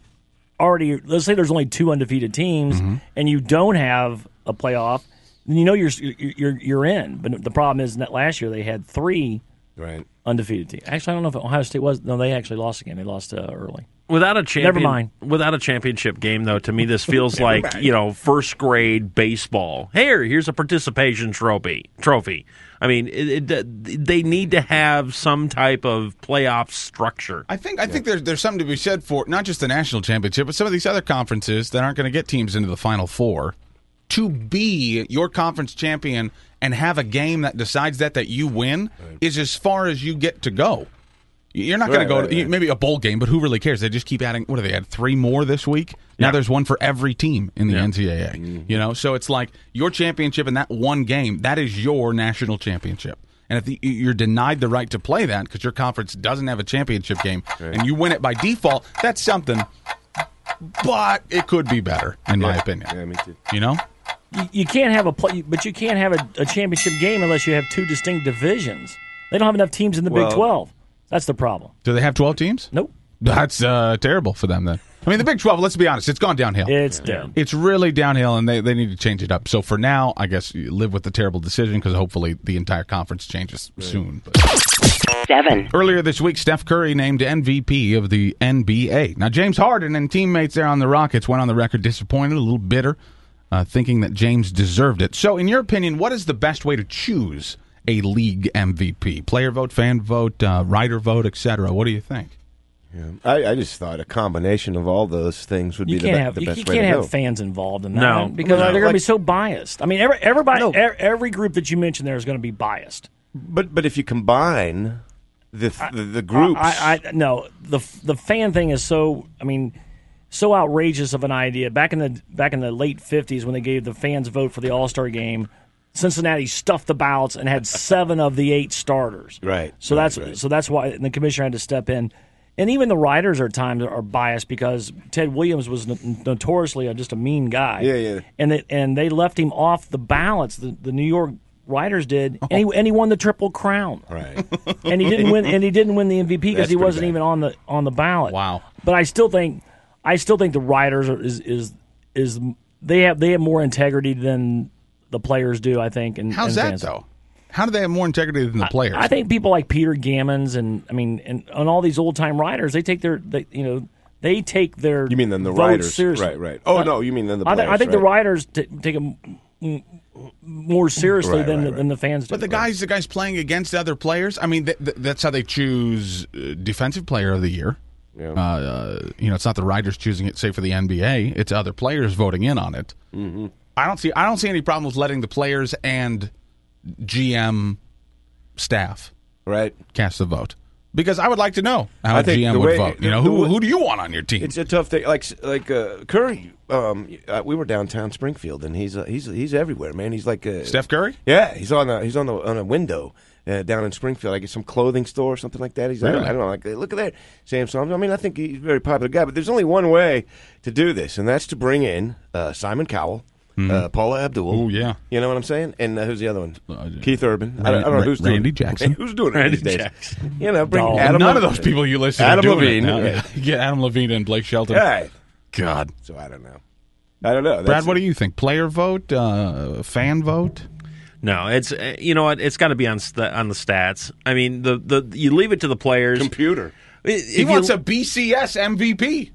S4: already, let's say there's only two undefeated teams, and you don't have a playoff, then you know you're you're you're in. But the problem is that last year they had three
S3: Right.
S4: undefeated teams. Actually, I don't know if Ohio State was. No, they actually lost again. They lost uh, early.
S6: Without a champion,
S4: Never mind.
S6: Without a championship game, though, to me this feels like you know first grade baseball. Here, here's a participation trophy. Trophy. I mean, it, it, they need to have some type of playoff structure.
S5: I think I think there's there's something to be said for not just the national championship, but some of these other conferences that aren't going to get teams into the final four to be your conference champion and have a game that decides that that you win is as far as you get to go. You're not going
S3: Right,
S5: to go
S3: right,
S5: to
S3: right.
S5: maybe a bowl game, but who really cares? They just keep adding. What do they add? Three more this week. Now there's one for every team in the NCAA.
S3: Mm-hmm.
S5: You know, so it's like your championship in that one game. That is your national championship. And if the, you're denied the right to play that because your conference doesn't have a championship game and you win it by default, that's something. But it could be better, in my opinion.
S3: Yeah, me too.
S5: You know,
S4: you, you can't have a play, but you can't have a, a championship game unless you have two distinct divisions. They don't have enough teams in the
S3: Well-
S4: Big Twelve. That's the problem.
S5: do they have 12 teams?
S4: Nope,
S5: That's uh, terrible for them. Then I mean, the Big 12. Let's be honest, it's gone downhill.
S4: it's dead.
S5: It's really downhill, and they, they need to change it up. So for now, I guess you live with the terrible decision because hopefully the entire conference changes soon. But
S2: seven.
S5: Earlier this week, Steph Curry named MVP of the NBA. Now, James Harden and teammates there on the Rockets went on the record disappointed, a little bitter, uh, thinking that James deserved it. So, in your opinion, what is the best way to choose a league MVP? Player vote, fan vote, uh, writer vote, etc. What do you think?
S3: Yeah. I, I just thought a combination of all those things would
S4: You
S3: be the,
S4: can't
S3: be-
S4: have
S3: the
S4: you,
S3: best
S4: you
S3: way
S4: can't
S3: to
S4: have
S3: go.
S4: fans involved in that
S3: No.
S4: one, because
S3: No.
S4: they're going to be
S3: Like-
S4: so biased. I mean, every, everybody, e- every group that you mentioned there is going to be biased.
S3: But but if you combine the th- the, the groups,
S4: I, I, I no the the fan thing is so. I mean, so outrageous of an idea. Back in the back in the late fifties, when they gave the fans vote for the All Star game, Cincinnati stuffed the ballots and had seven of the eight starters.
S3: right.
S4: So that's so that's why and the commissioner had to step in, and even the writers are times are biased because Ted Williams was no- notoriously a, just a mean guy.
S3: Yeah, yeah.
S4: And they, and they left him off the ballots. The, the New York writers did, and,
S3: Oh.
S4: he, and he won the triple crown.
S3: Right.
S4: and he didn't win. And he didn't win the MVP because
S3: That's
S4: he
S3: pretty
S4: wasn't
S3: bad.
S4: even on the on the ballot. Wow. But I still think I still think the writers are, is is is they have they have more integrity than the players do. I think. And and
S5: How's that,
S4: fans.
S5: though? How do they have more integrity than the players?
S4: I think people like Peter Gammons and I mean and, and all these old time writers, they take their they, you know they take their
S3: You mean than the
S4: votes
S3: writers,
S4: seriously.
S3: right? Right. Oh
S4: Uh,
S3: no, you mean than the
S4: I,
S3: players?
S4: thi- I think the
S3: right?
S4: writers t- take them m- m- more seriously
S3: Right,
S4: than
S3: right,
S4: the, than the fans do.
S5: But the guys, the guys playing against other players. I mean, th- th- that's how they choose uh, defensive player of the year. Uh, uh, you know, it's not the writers choosing it, say for the NBA. It's other players voting in on it. Mm-hmm. I don't see. I don't see any problem with letting the players and GM staff
S3: right
S5: cast the vote because I would like to know how
S3: I
S5: a
S3: think
S5: GM
S3: the
S5: would
S3: way-
S5: vote.
S3: the-
S5: you know,
S3: the
S5: who
S3: way-
S5: who do you want on your team?
S3: It's a tough thing. Like like uh, Curry, um, uh, we were downtown Springfield, and he's uh, he's he's everywhere, man. He's like uh,
S5: Steph Curry?
S3: Yeah, he's on a, he's on the on a window uh, down in Springfield, like at some clothing store or something like that. He's I, don't,
S5: Really?
S3: I don't know, like hey, look at that Samsung. I mean, I think he's a very popular guy, but there's only one way to do this, and that's to bring in uh, Simon Cowell. Uh, Paula Abdul.
S5: Oh, Mm-hmm. yeah.
S3: you know what I'm saying. And uh, who's the other one? Keith Urban. I don't, I don't know
S5: Ra-
S3: who's doing
S5: Randy
S3: it.
S5: Jackson.
S3: Who's doing it these days? You know, bring
S5: No.
S3: Adam.
S5: None of those people you listed.
S3: Adam
S5: are doing
S3: Levine.
S5: It now.
S3: yeah.
S5: Get Adam Levine and Blake Shelton.
S3: Right.
S5: God.
S3: So I don't know. I don't know.
S5: Brad, what do you think? Player vote, uh, fan vote?
S6: No, it's uh, you know what? It's got to be on st- on the stats. I mean, the the you leave it to the players.
S3: Computer.
S5: He wants a BCS MVP.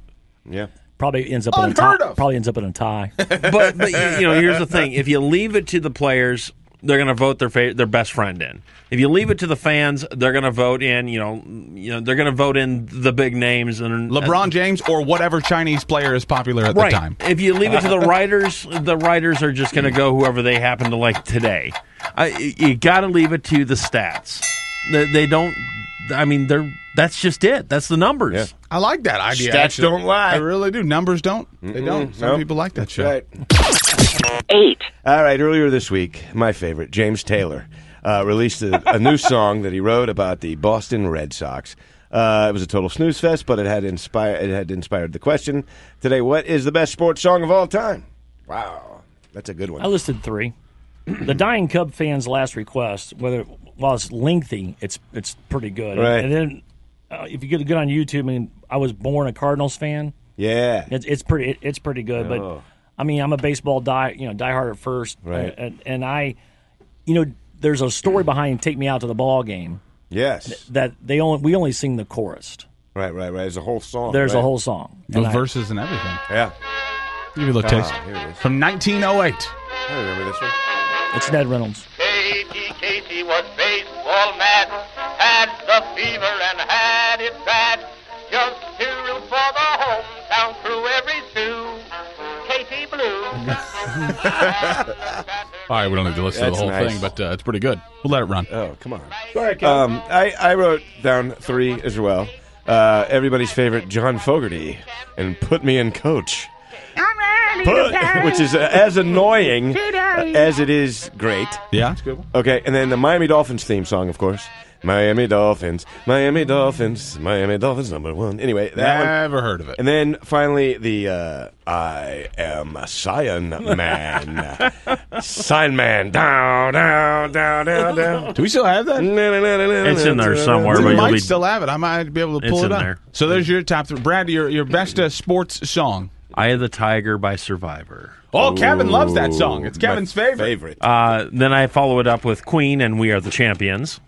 S3: Yeah.
S4: Probably ends up in a tie.
S5: Unheard of.
S4: Probably ends up in a tie.
S6: but, but you know, here's the thing: if you leave it to the players, they're going to vote their fa- their best friend in. If you leave it to the fans, they're going to vote in. You know, you know, they're going to vote in the big names and
S5: LeBron James or whatever Chinese player is popular at
S6: right.
S5: the time.
S6: If you leave it to the writers, the writers are just going to go whoever they happen to like today. I, you got to leave it to the stats. They, they don't. I mean, they're that's just it. That's the numbers.
S5: I like that idea.
S6: Stats
S5: actually.
S6: don't lie.
S5: I really do. Numbers don't. They don't. Some
S3: Nope.
S5: people like that shit.
S3: Right. Eight. All right. Earlier this week, my favorite, James Taylor, uh, released a, a new song that he wrote about the Boston Red Sox. Uh, it was a total snooze fest, but it had inspired. It had inspired the question today: What is the best sports song of all time? Wow, that's a good one.
S4: I listed three. the dying Cub fans' last request, whether while it's lengthy, it's it's pretty good.
S3: Right.
S4: And, then uh, if you get good on YouTube, I mean, I was born a Cardinals fan.
S3: yeah,
S4: It's, it's pretty. It, it's pretty good.
S3: Oh.
S4: But I mean, I'm a baseball die. You know, diehard at first.
S3: Right.
S4: And, and I, you know, there's a story behind "Take Me Out to the Ball Game"
S3: yes,
S4: that they only we only sing the chorus.
S3: right, right, right. There's a whole song.
S4: There's
S3: right?
S4: a whole song.
S5: The
S4: And I-
S5: verses and everything.
S3: Yeah,
S5: Give you a little
S3: Ah,
S5: taste.
S3: here it is.
S5: From 1908.
S3: I remember this one.
S4: it's Ned Reynolds.
S8: Katie, Katie was baseball mad, had the fever and had it bad. Just to root for the hometown crew every Sue. Katie Blue.
S5: All right, we don't need to listen
S3: That's
S5: to the whole
S3: nice.
S5: thing, but uh, it's pretty good. We'll let it run.
S3: Oh, come on. Um, I, I wrote down three as well. Uh, everybody's favorite, John Fogerty, and Put Me in Coach. Put, which is uh, as annoying as it is great.
S5: yeah?
S3: Okay, and then the Miami Dolphins theme song, of course. Miami Dolphins, Miami Dolphins, Miami Dolphins number one. Anyway, that one.
S5: Never heard of it.
S3: And then finally, the uh, I am a Scion Man. Sign Man. Down, down, down, down, down.
S5: Do we still have that?
S3: It's
S6: It's in there somewhere,
S5: We
S6: but
S5: might
S6: you'll be
S5: still have it. I might be able to
S6: It's
S5: pull it
S6: in
S5: up.
S6: there.
S5: So there's your top three. Brad, your, your best uh, sports song.
S6: "Eye of the Tiger" by Survivor.
S5: Oh, Kevin loves that song. It's Kevin's favorite.
S3: Favorite. Oh,
S6: Uh, then I follow it up with Queen and "We Are the Champions."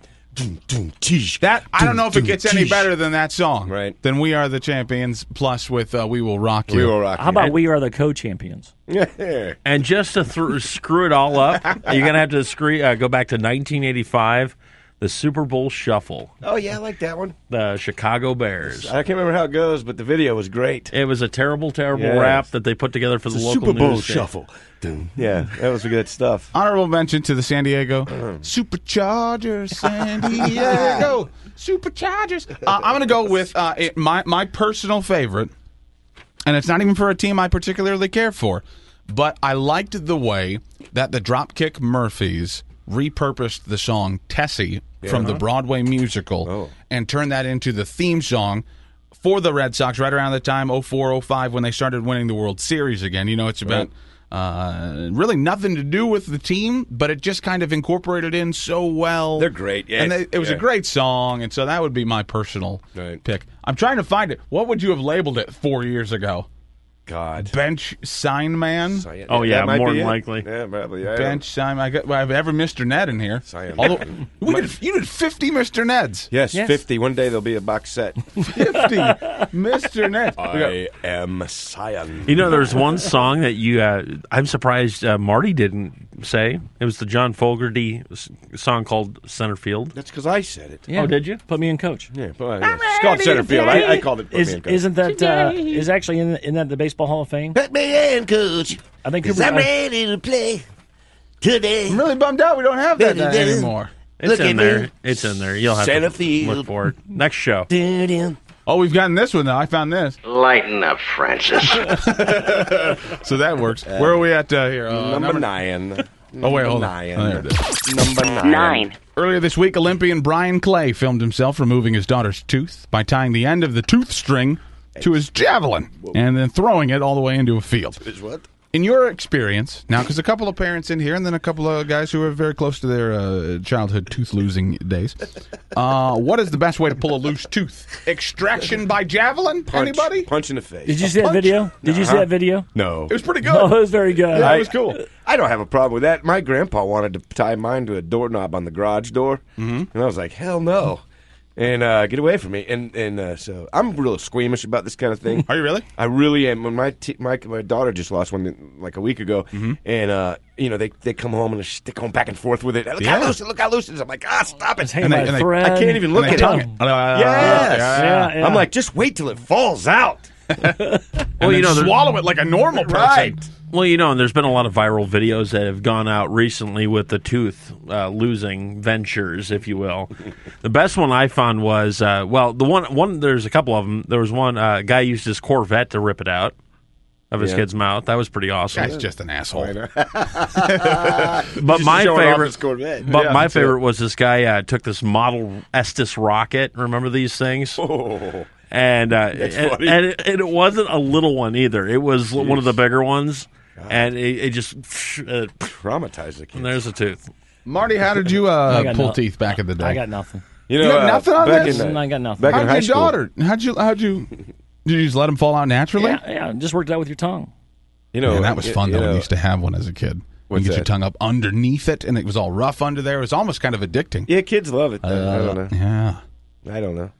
S5: That I don't know if it gets any better than that song. Right. Then we are the champions. Plus with uh, we will rock you.
S4: How about we are the co-champions?
S6: and just to thr screw it all up, you're going to have to scre- uh, go back to 1985, the Super Bowl Shuffle,
S3: Oh yeah, I like that one.
S6: the Chicago Bears.
S3: I can't remember how it goes, but the video was great.
S6: It was a terrible, terrible
S3: Yes.
S6: rap that they put together for
S3: It's
S6: the
S3: a
S6: local
S3: Super Bowl
S6: news station.
S3: shuffle. Yeah, that was good stuff.
S5: Honorable mention to the San Diego Superchargers, San Diego Superchargers. Uh, I'm going to go with uh, it, my my personal favorite, and it's not even for a team I particularly care for, but I liked the way that the Dropkick Murphys repurposed the song "Tessie" from the
S9: Yeah.
S5: Broadway musical
S3: Oh.
S5: and turned that into the theme song. For the Red Sox, right around the time 04, 05, when they started winning the World Series again. You know, it's about uh, really nothing to do with the team, but it just kind of incorporated in so well. They're
S3: great,
S5: and they, it was a
S3: yeah.
S5: great song, and so that would be my personal pick. I'm trying to find it. What would you have labeled it four years ago?
S3: God,
S5: bench sign man.
S6: Oh, yeah,
S5: that might
S6: more
S5: be
S6: than
S5: it.
S6: likely.
S3: Yeah, probably. I don't-
S5: Bench sign. I got, well, I've ever Mr. Ned in here. Although,
S3: Man.
S5: we did, you did 50 Mr. Neds.
S3: Yes, fifty. One day there'll be a box set.
S5: 50 Mr. Ned.
S3: I am Scion.
S6: You know, there's one song that you. Uh, I'm surprised uh, Marty didn't say. It was the John Fogerty s- song called Center Field.
S3: That's because I said it.
S6: Oh, did you?
S4: Put me in coach.
S3: Yeah, but, yeah. It's called center field. I, I called it. put
S4: Is,
S3: me in coach.
S4: isn't that uh, is actually in, in that the Baseball Hall of Fame?
S3: Put me in, coach.
S4: I think
S3: 'Cause
S4: Cooper-
S3: I'm
S4: I-
S3: ready to play today.
S5: I'm really bummed out we don't have
S3: that
S6: uh,
S5: anymore.
S6: It's
S3: Look
S6: in
S3: at
S6: there.
S3: me.
S6: It's in there. You'll have
S3: Center
S6: to
S3: field.
S6: look for it next show.
S5: Oh, we've gotten this one, though. I found this.
S2: Lighten up, Francis.
S5: So that works. Where are we at uh, here? Uh,
S3: Number nine.
S5: Oh, wait, hold on.
S3: Nine.
S5: Oh, there it is.
S3: Number nine.
S5: Earlier this week, Olympian Brian Clay filmed himself removing his daughter's tooth by tying the end of the tooth string to his javelin and then throwing it all the way into a field.
S3: Is what?
S5: In your experience, now, because a couple of parents in here and then a couple of guys who are very close to their uh, childhood tooth losing days, uh, what is the best way to pull a loose tooth? Extraction by javelin? Anybody?
S3: Punch in the face.
S4: Did you see that video? Did you see
S3: Uh-huh.
S4: that video?
S3: No. It
S5: was pretty good.
S4: Oh, it was very good.
S5: Yeah, it was cool.
S3: I don't have a problem with that. My grandpa wanted to tie mine to a doorknob on the garage door, mm-hmm. and I was like, "Hell no!" And uh, get away from me. And and uh, so I'm real squeamish about this kind of thing.
S5: Are you really?
S3: I really am. When my t- my my daughter just lost one like a week ago, and uh, you know they they come home and they're sh- they're going back and forth with it. Look
S5: Yeah.
S3: how loose it! Look how loose it is! I'm like, ah, stop it!
S4: hanging by a thread.
S3: I can't even
S4: And
S3: look
S4: they
S3: at
S4: tongue
S3: it.
S4: it.
S5: Uh,
S3: yes.
S4: yeah, yeah.
S3: I'm like, just wait till it falls out.
S6: Well, you know, there-
S5: swallow it like a normal person.
S3: Right.
S6: Well, you know, and there's been a lot of viral videos that have gone out recently with the tooth uh, losing ventures, if you will. the best one I found was uh, well, the one one there's a couple of them. There was one uh, guy used his Corvette to rip it out of his
S5: Yeah.
S6: kid's mouth. That was pretty awesome.
S5: Guy's just an asshole.
S6: but
S3: Just
S6: my
S3: showing off
S6: favorite,
S3: his Corvette.
S6: but
S3: Yeah,
S6: my
S3: that's it.
S6: favorite was this guy uh, took this model Estes rocket. Remember these things?
S3: Oh.
S6: And uh,
S3: That's
S6: and,
S3: funny.
S6: and it, and it wasn't a little one either. It was l- one of the bigger ones, and it, it just uh,
S3: traumatized the kid.
S6: And there's a tooth.
S5: Marty, how did you
S4: I
S5: uh,
S4: got
S5: pull
S4: no-
S5: teeth back in the day?
S4: I got nothing.
S3: You uh,
S5: You got nothing on
S3: back
S5: this?
S3: In,
S4: I got nothing.
S3: Back
S5: how'd
S3: in high
S5: your
S3: school.
S5: daughter? How'd you? How'd you? Did you just let him fall out naturally?
S4: Yeah, yeah, just worked out with your tongue.
S3: You know,
S5: Man, that was
S3: you-
S5: fun
S3: you
S5: though.
S3: know,
S5: we used to have one as a kid. You
S3: What's
S5: get your
S3: that?
S5: tongue up underneath it, and it was all rough under there. It was almost kind of addicting.
S3: Yeah, kids love it. Though.
S5: Uh,
S3: I don't know.
S5: Yeah,
S3: I don't know.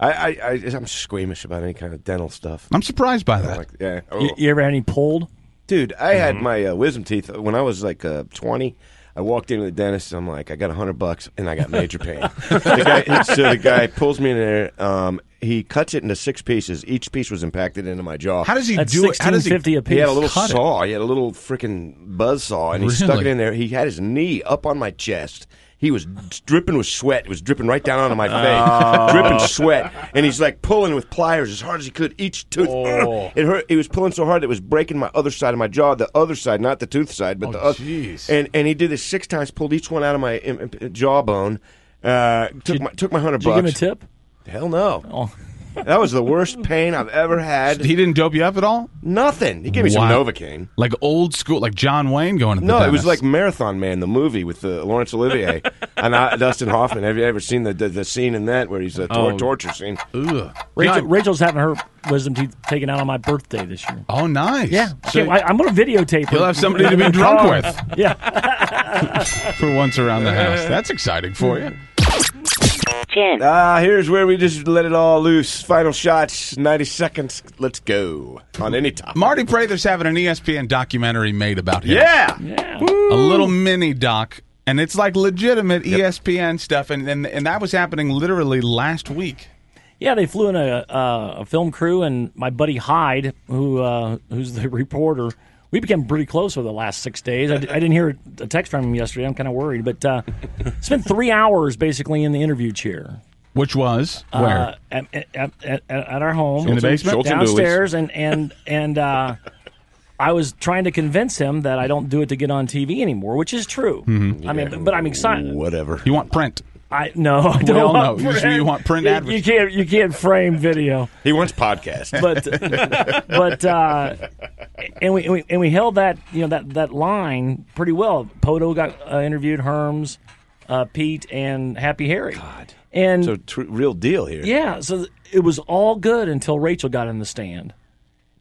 S3: I, I, I I'm squeamish about any kind of dental stuff.
S5: I'm surprised by that.
S3: Like, yeah.
S4: You, you ever had any pulled?
S3: Dude, I had my uh, wisdom teeth when I was like uh, 20. I walked into the dentist. and I'm like, I got a hundred bucks, and I got major pain. the guy, so the guy pulls me in there. Um, he cuts it into six pieces. Each piece was impacted into my jaw.
S5: How does he
S4: That's
S5: do it? How does he?
S4: 16.50 a piece.
S3: He had a little
S5: cut it?
S3: saw. He had a little freaking buzz saw, and he stuck it
S5: Really?
S3: in there. He had his knee up on my chest. He was dripping with sweat. It was dripping right down onto my face,
S4: Oh.
S3: dripping sweat. And he's like pulling with pliers as hard as he could each tooth.
S5: Oh.
S3: It hurt. He was pulling so hard that it was breaking my other side of my jaw, the other side, not the tooth side, but
S5: Oh,
S3: the other.
S5: jeez.
S3: And and he did this six times. Pulled each one out of my um, um, jawbone. Uh, took my took my hundred
S4: Did you give him a
S3: bucks.
S4: tip?
S3: Hell no.
S4: Oh.
S3: That was the worst pain I've ever had.
S5: He didn't dope you up at all.
S3: Nothing. He gave me some
S5: Wow.
S3: Novocaine.
S5: Like old school, like John Wayne going to the
S3: No, it was
S5: dentist.
S3: like Marathon Man, the movie with uh, Lawrence Olivier and uh, Dustin Hoffman. Have you ever seen the the, the scene in that where he's a tor-
S6: Oh.
S3: torture scene?
S5: Ugh.
S4: Rachel,
S5: God.
S4: Rachel's having her wisdom teeth taken out on my birthday this year.
S5: Oh, nice.
S4: Yeah,
S5: So
S4: Can't- I, am going to videotape. her.
S5: you'll have somebody to be drunk
S4: Oh,
S5: with
S4: Yeah,
S5: for once around the house. That's exciting for you.
S2: 10.
S3: Ah, here's where we just let it all loose. Final shots, 90 seconds. Let's go on any topic.
S5: Marty Prather's having an E ESPN documentary made about him.
S3: Yeah.
S5: A little mini doc. And it's like legitimate E ESPN stuff. And, and, and that was happening literally last week.
S4: Yeah, they flew in a, uh, a film crew, and my buddy Hyde, who uh, who's the reporter, we became pretty close over the last six days. I, d- I didn't hear a text from him yesterday. I'm kind of worried, but uh, spent three hours basically in the interview chair.
S5: Which was where?
S4: Uh, at, at, at, at our home
S5: In the basement? Schultz and Dooley's.
S4: downstairs, and and and uh, I was trying to convince him that I don't do it to get on TV anymore, which is true.
S5: Mhm.
S4: I mean, but, but I'm excited.
S3: Whatever.
S5: You want print.
S4: I no, I
S5: We
S4: don't
S5: all
S4: want
S5: know. You just-
S4: print.
S5: you want print
S4: You- You
S5: advertising.
S4: can't you can't frame video.
S3: He wants podcast.
S4: but but uh, and we, and we and we held that you know that that line pretty well. Poto got uh, interviewed, Herms, uh, Pete, and Happy Harry. God, and
S3: so tr- real deal here.
S4: yeah, so th- it was all good until Rachel got in the stand.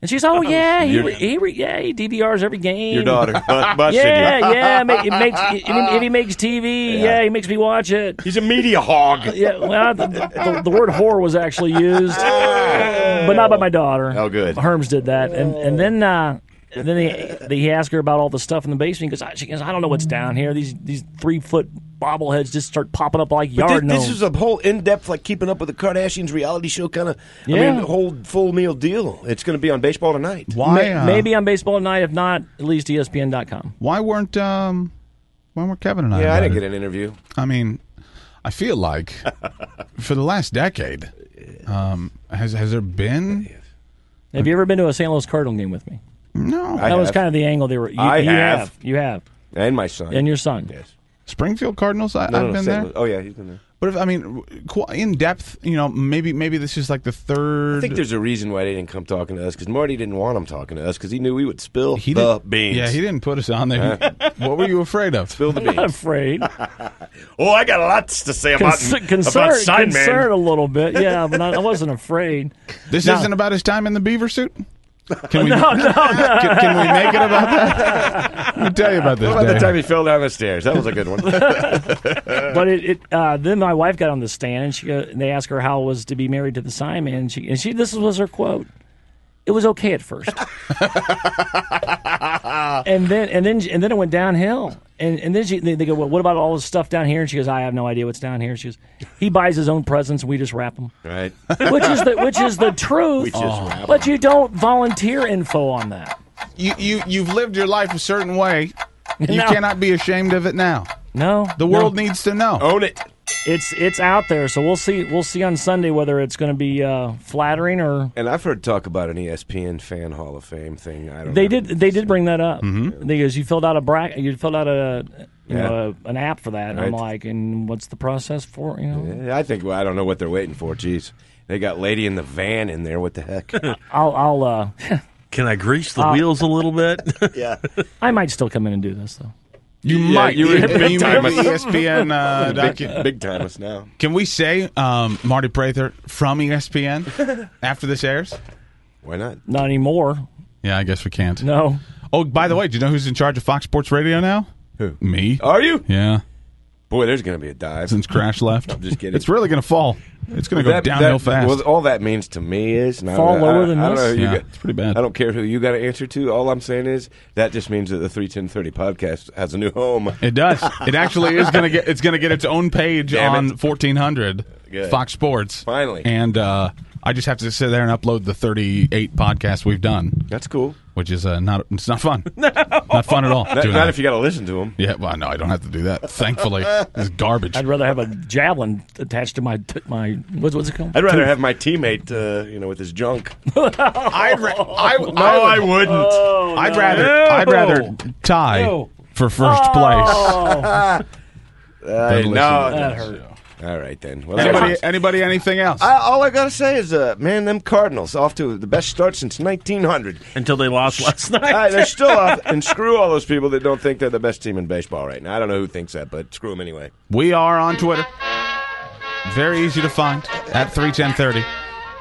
S4: And she's, oh yeah, he,
S3: Your-
S4: re- he re- yeah he DVRs every game.
S3: Your daughter bu- busted you.
S4: yeah, yeah, ma- it makes if he, if he makes TV, yeah. he makes me watch it.
S3: He's a media hog.
S4: Yeah, well, the, the, the word whore was actually used, but not by my daughter.
S3: Oh, good.
S4: Herms did that, and and then uh, and then he, they- he asked her about all the stuff in the basement. He goes, I, she goes, I don't know what's down here. These these three foot bobbleheads just start popping up like
S3: But thi-
S4: yard
S3: this,
S4: gnomes.
S3: is a whole in-depth, like keeping up with the Kardashians reality show kind of. I
S4: Yeah.
S3: mean, whole full meal deal. It's going to be on baseball tonight.
S4: May-
S3: uh,
S4: maybe on baseball tonight. If not, at least E ESPN.com.
S5: Why weren't um why weren't Kevin and I?
S3: Yeah, I didn't
S5: invited?
S3: get an interview.
S5: I mean, I feel like for the last decade, um, has has there been?
S4: Have you ever been to a St. Louis Cardinal game with me?
S5: No,
S4: that was kind of the angle they were. You,
S3: I
S4: you
S3: have.
S4: You have.
S3: And my son.
S4: And your son.
S3: Yes.
S5: Springfield Cardinals. I,
S3: No, no,
S5: I've
S3: no,
S5: been
S3: St.
S5: there.
S3: Louis. Oh yeah, he's been there.
S5: But if, I mean, qu- in depth, you know, maybe maybe this is like the third.
S3: I think there's a reason why they didn't come talking to us because Marty didn't want them talking to us because he knew we would spill
S5: He
S3: the
S5: didn't-
S3: beans.
S5: Yeah, he didn't put us on there. He- what were you afraid of?
S3: Spill the beans.
S4: afraid.
S3: oh, I got lots to say about
S4: Concern,
S3: about
S4: concerned,
S3: Sidemen.
S4: concerned a little bit, yeah, but I, I wasn't afraid.
S5: This
S4: Now-
S5: isn't about his time in the beaver suit. Can we
S4: No, no, no.
S5: Can, can we make it about that? Let me tell you about this.
S3: What about the
S5: Dave.
S3: time he fell down the stairs? That was a good one.
S4: but it, it uh, then my wife got on the stand and she go, and they asked her how it was to be married to the Simon and she and she this was her quote. It was okay at first, and then and then and then it went downhill. And and then she they, they go, well, what about all this stuff down here? And she goes, I have no idea what's down here. She goes, he buys his own presents, and we just wrap them,
S3: right?
S4: which is the which is the truth.
S3: We just wrap 'em.
S4: but you don't volunteer info on that.
S5: you, you you've lived your life a certain way. You
S4: No.
S5: cannot be ashamed of it now.
S4: No,
S5: The world needs to know.
S3: Own it.
S4: it's it's out there. So we'll see we'll see on Sunday whether it's going to be uh, flattering or
S3: And I've heard talk about an E ESPN fan Hall of Fame thing. I don't.
S4: They
S3: know.
S4: did. They did bring that up.
S6: Mm-hmm.
S4: They goes, you filled out a bracket. You filled out a, you know, a, an app for that. And I'm
S3: Right.
S4: like, and what's the process for? it?" You know,
S3: Yeah, I think. Well, I don't know what they're waiting for. Jeez, they got lady in the van in there. What the heck?
S4: I'll, I'll, uh,
S6: Can I grease the
S4: Uh,
S6: wheels a little bit?
S3: yeah.
S4: I might still come in and do this though.
S5: You might.
S3: you were
S5: you,
S3: big
S5: might
S3: time
S5: be E
S3: us.
S5: ESPN. Uh,
S3: big,
S5: docu-
S3: big time us now.
S5: Can we say um, Marty Prather from E ESPN after this airs?
S3: Why not?
S4: Not anymore.
S5: Yeah, I guess we can't.
S4: No.
S5: Oh, by the way, do you know who's in charge of Fox Sports Radio now?
S3: Who? Oh.
S5: Me.
S3: Are you?
S5: Yeah,
S3: Boy, there's going to be a dive.
S5: since Crash left.
S3: I'm just kidding.
S5: It's really going to fall. It's going to go
S3: That-
S5: downhill
S3: that-
S5: fast.
S3: Well, all that means to me is and I
S4: Fall
S3: don't know- I-
S4: lower than
S3: I don't know
S4: this?
S3: who you
S5: Yeah,
S3: got-
S5: it's pretty bad.
S3: I don't care who you got to answer to. All I'm saying is that just means that the three ten thirty podcast has a new home.
S5: It does. It actually is going to get. It's going to get its own page
S3: Damn
S5: on
S3: it.
S5: fourteen hundred
S3: Good.
S5: Fox Sports.
S3: Finally.
S5: and uh, I just have to sit there and upload the thirty-eight podcasts we've done,
S3: That's cool.
S5: which is uh, not. It's not fun. Not fun at all.
S3: Not,
S5: doing
S3: not
S5: that.
S3: if you got to listen to them.
S5: Yeah, well, no, I don't have to do that. Thankfully, it's garbage.
S4: I'd rather have a javelin attached to my t- my what's, what's it called?
S3: I'd rather have my teammate, uh, you know, with his junk.
S5: I'd ra-
S4: Oh,
S5: I, no,
S3: wouldn't.
S5: I'd rather. I'd rather tie
S4: No.
S5: for first place.
S4: Oh,
S5: than listen
S3: no,
S5: to
S4: that
S5: this.
S4: hurt.
S3: All right then. Well,
S5: Anybody? Anybody? Anything else?
S3: I, all I gotta say is, uh, man, them Cardinals off to the best start since 1900.
S6: Until they lost last night.
S3: Ah, they're still off, and screw all those people that don't think they're the best team in baseball right now. I don't know who thinks that, but screw them anyway.
S5: We are on Twitter. Very easy to find at 31030.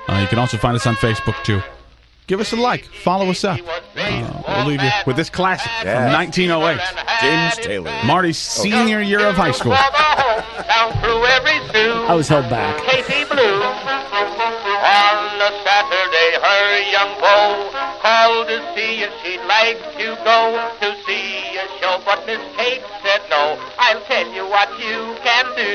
S5: Uh, you can also find us on Facebook too. Give us a like, follow us up. Uh, we'll leave you with this classic
S3: Yeah.
S5: from 1908,
S3: James Taylor.
S5: Marty's senior year of high school.
S8: For the hometown through every Sue,
S4: I was held back.
S8: Katie Blue. On a Saturday, her young beau called to see if she'd like to go to see a show, but Miss Kate said no. I'll tell you what you can do.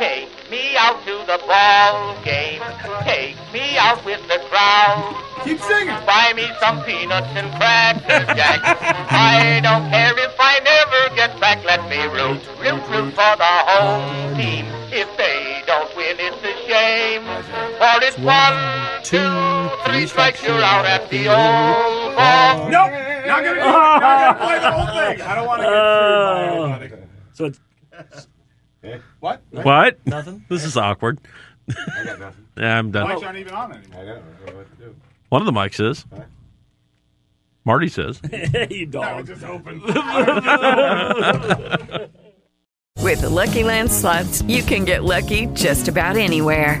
S8: Take me out to the ball game. Take me out with the crowd. Keep singing. Buy me some peanuts and cracker jack. I don't care if I never get back. Let me root, root, root for the home team. If they don't win, it's a shame. For it's one, two, three strikes, you're out at the old ball. Nope, not gonna,
S4: not gonna play
S8: the whole thing. I don't want
S4: Oh. so it's
S5: What?
S6: What?
S4: Nothing.
S6: This is awkward.
S5: I got nothing.
S6: yeah, I'm done.
S5: Lights aren't even on anymore. I don't know what to do.
S6: One of the mics is. Marty says.
S4: you dog. just open.
S9: With the Lucky Land slots, you can get lucky just about anywhere.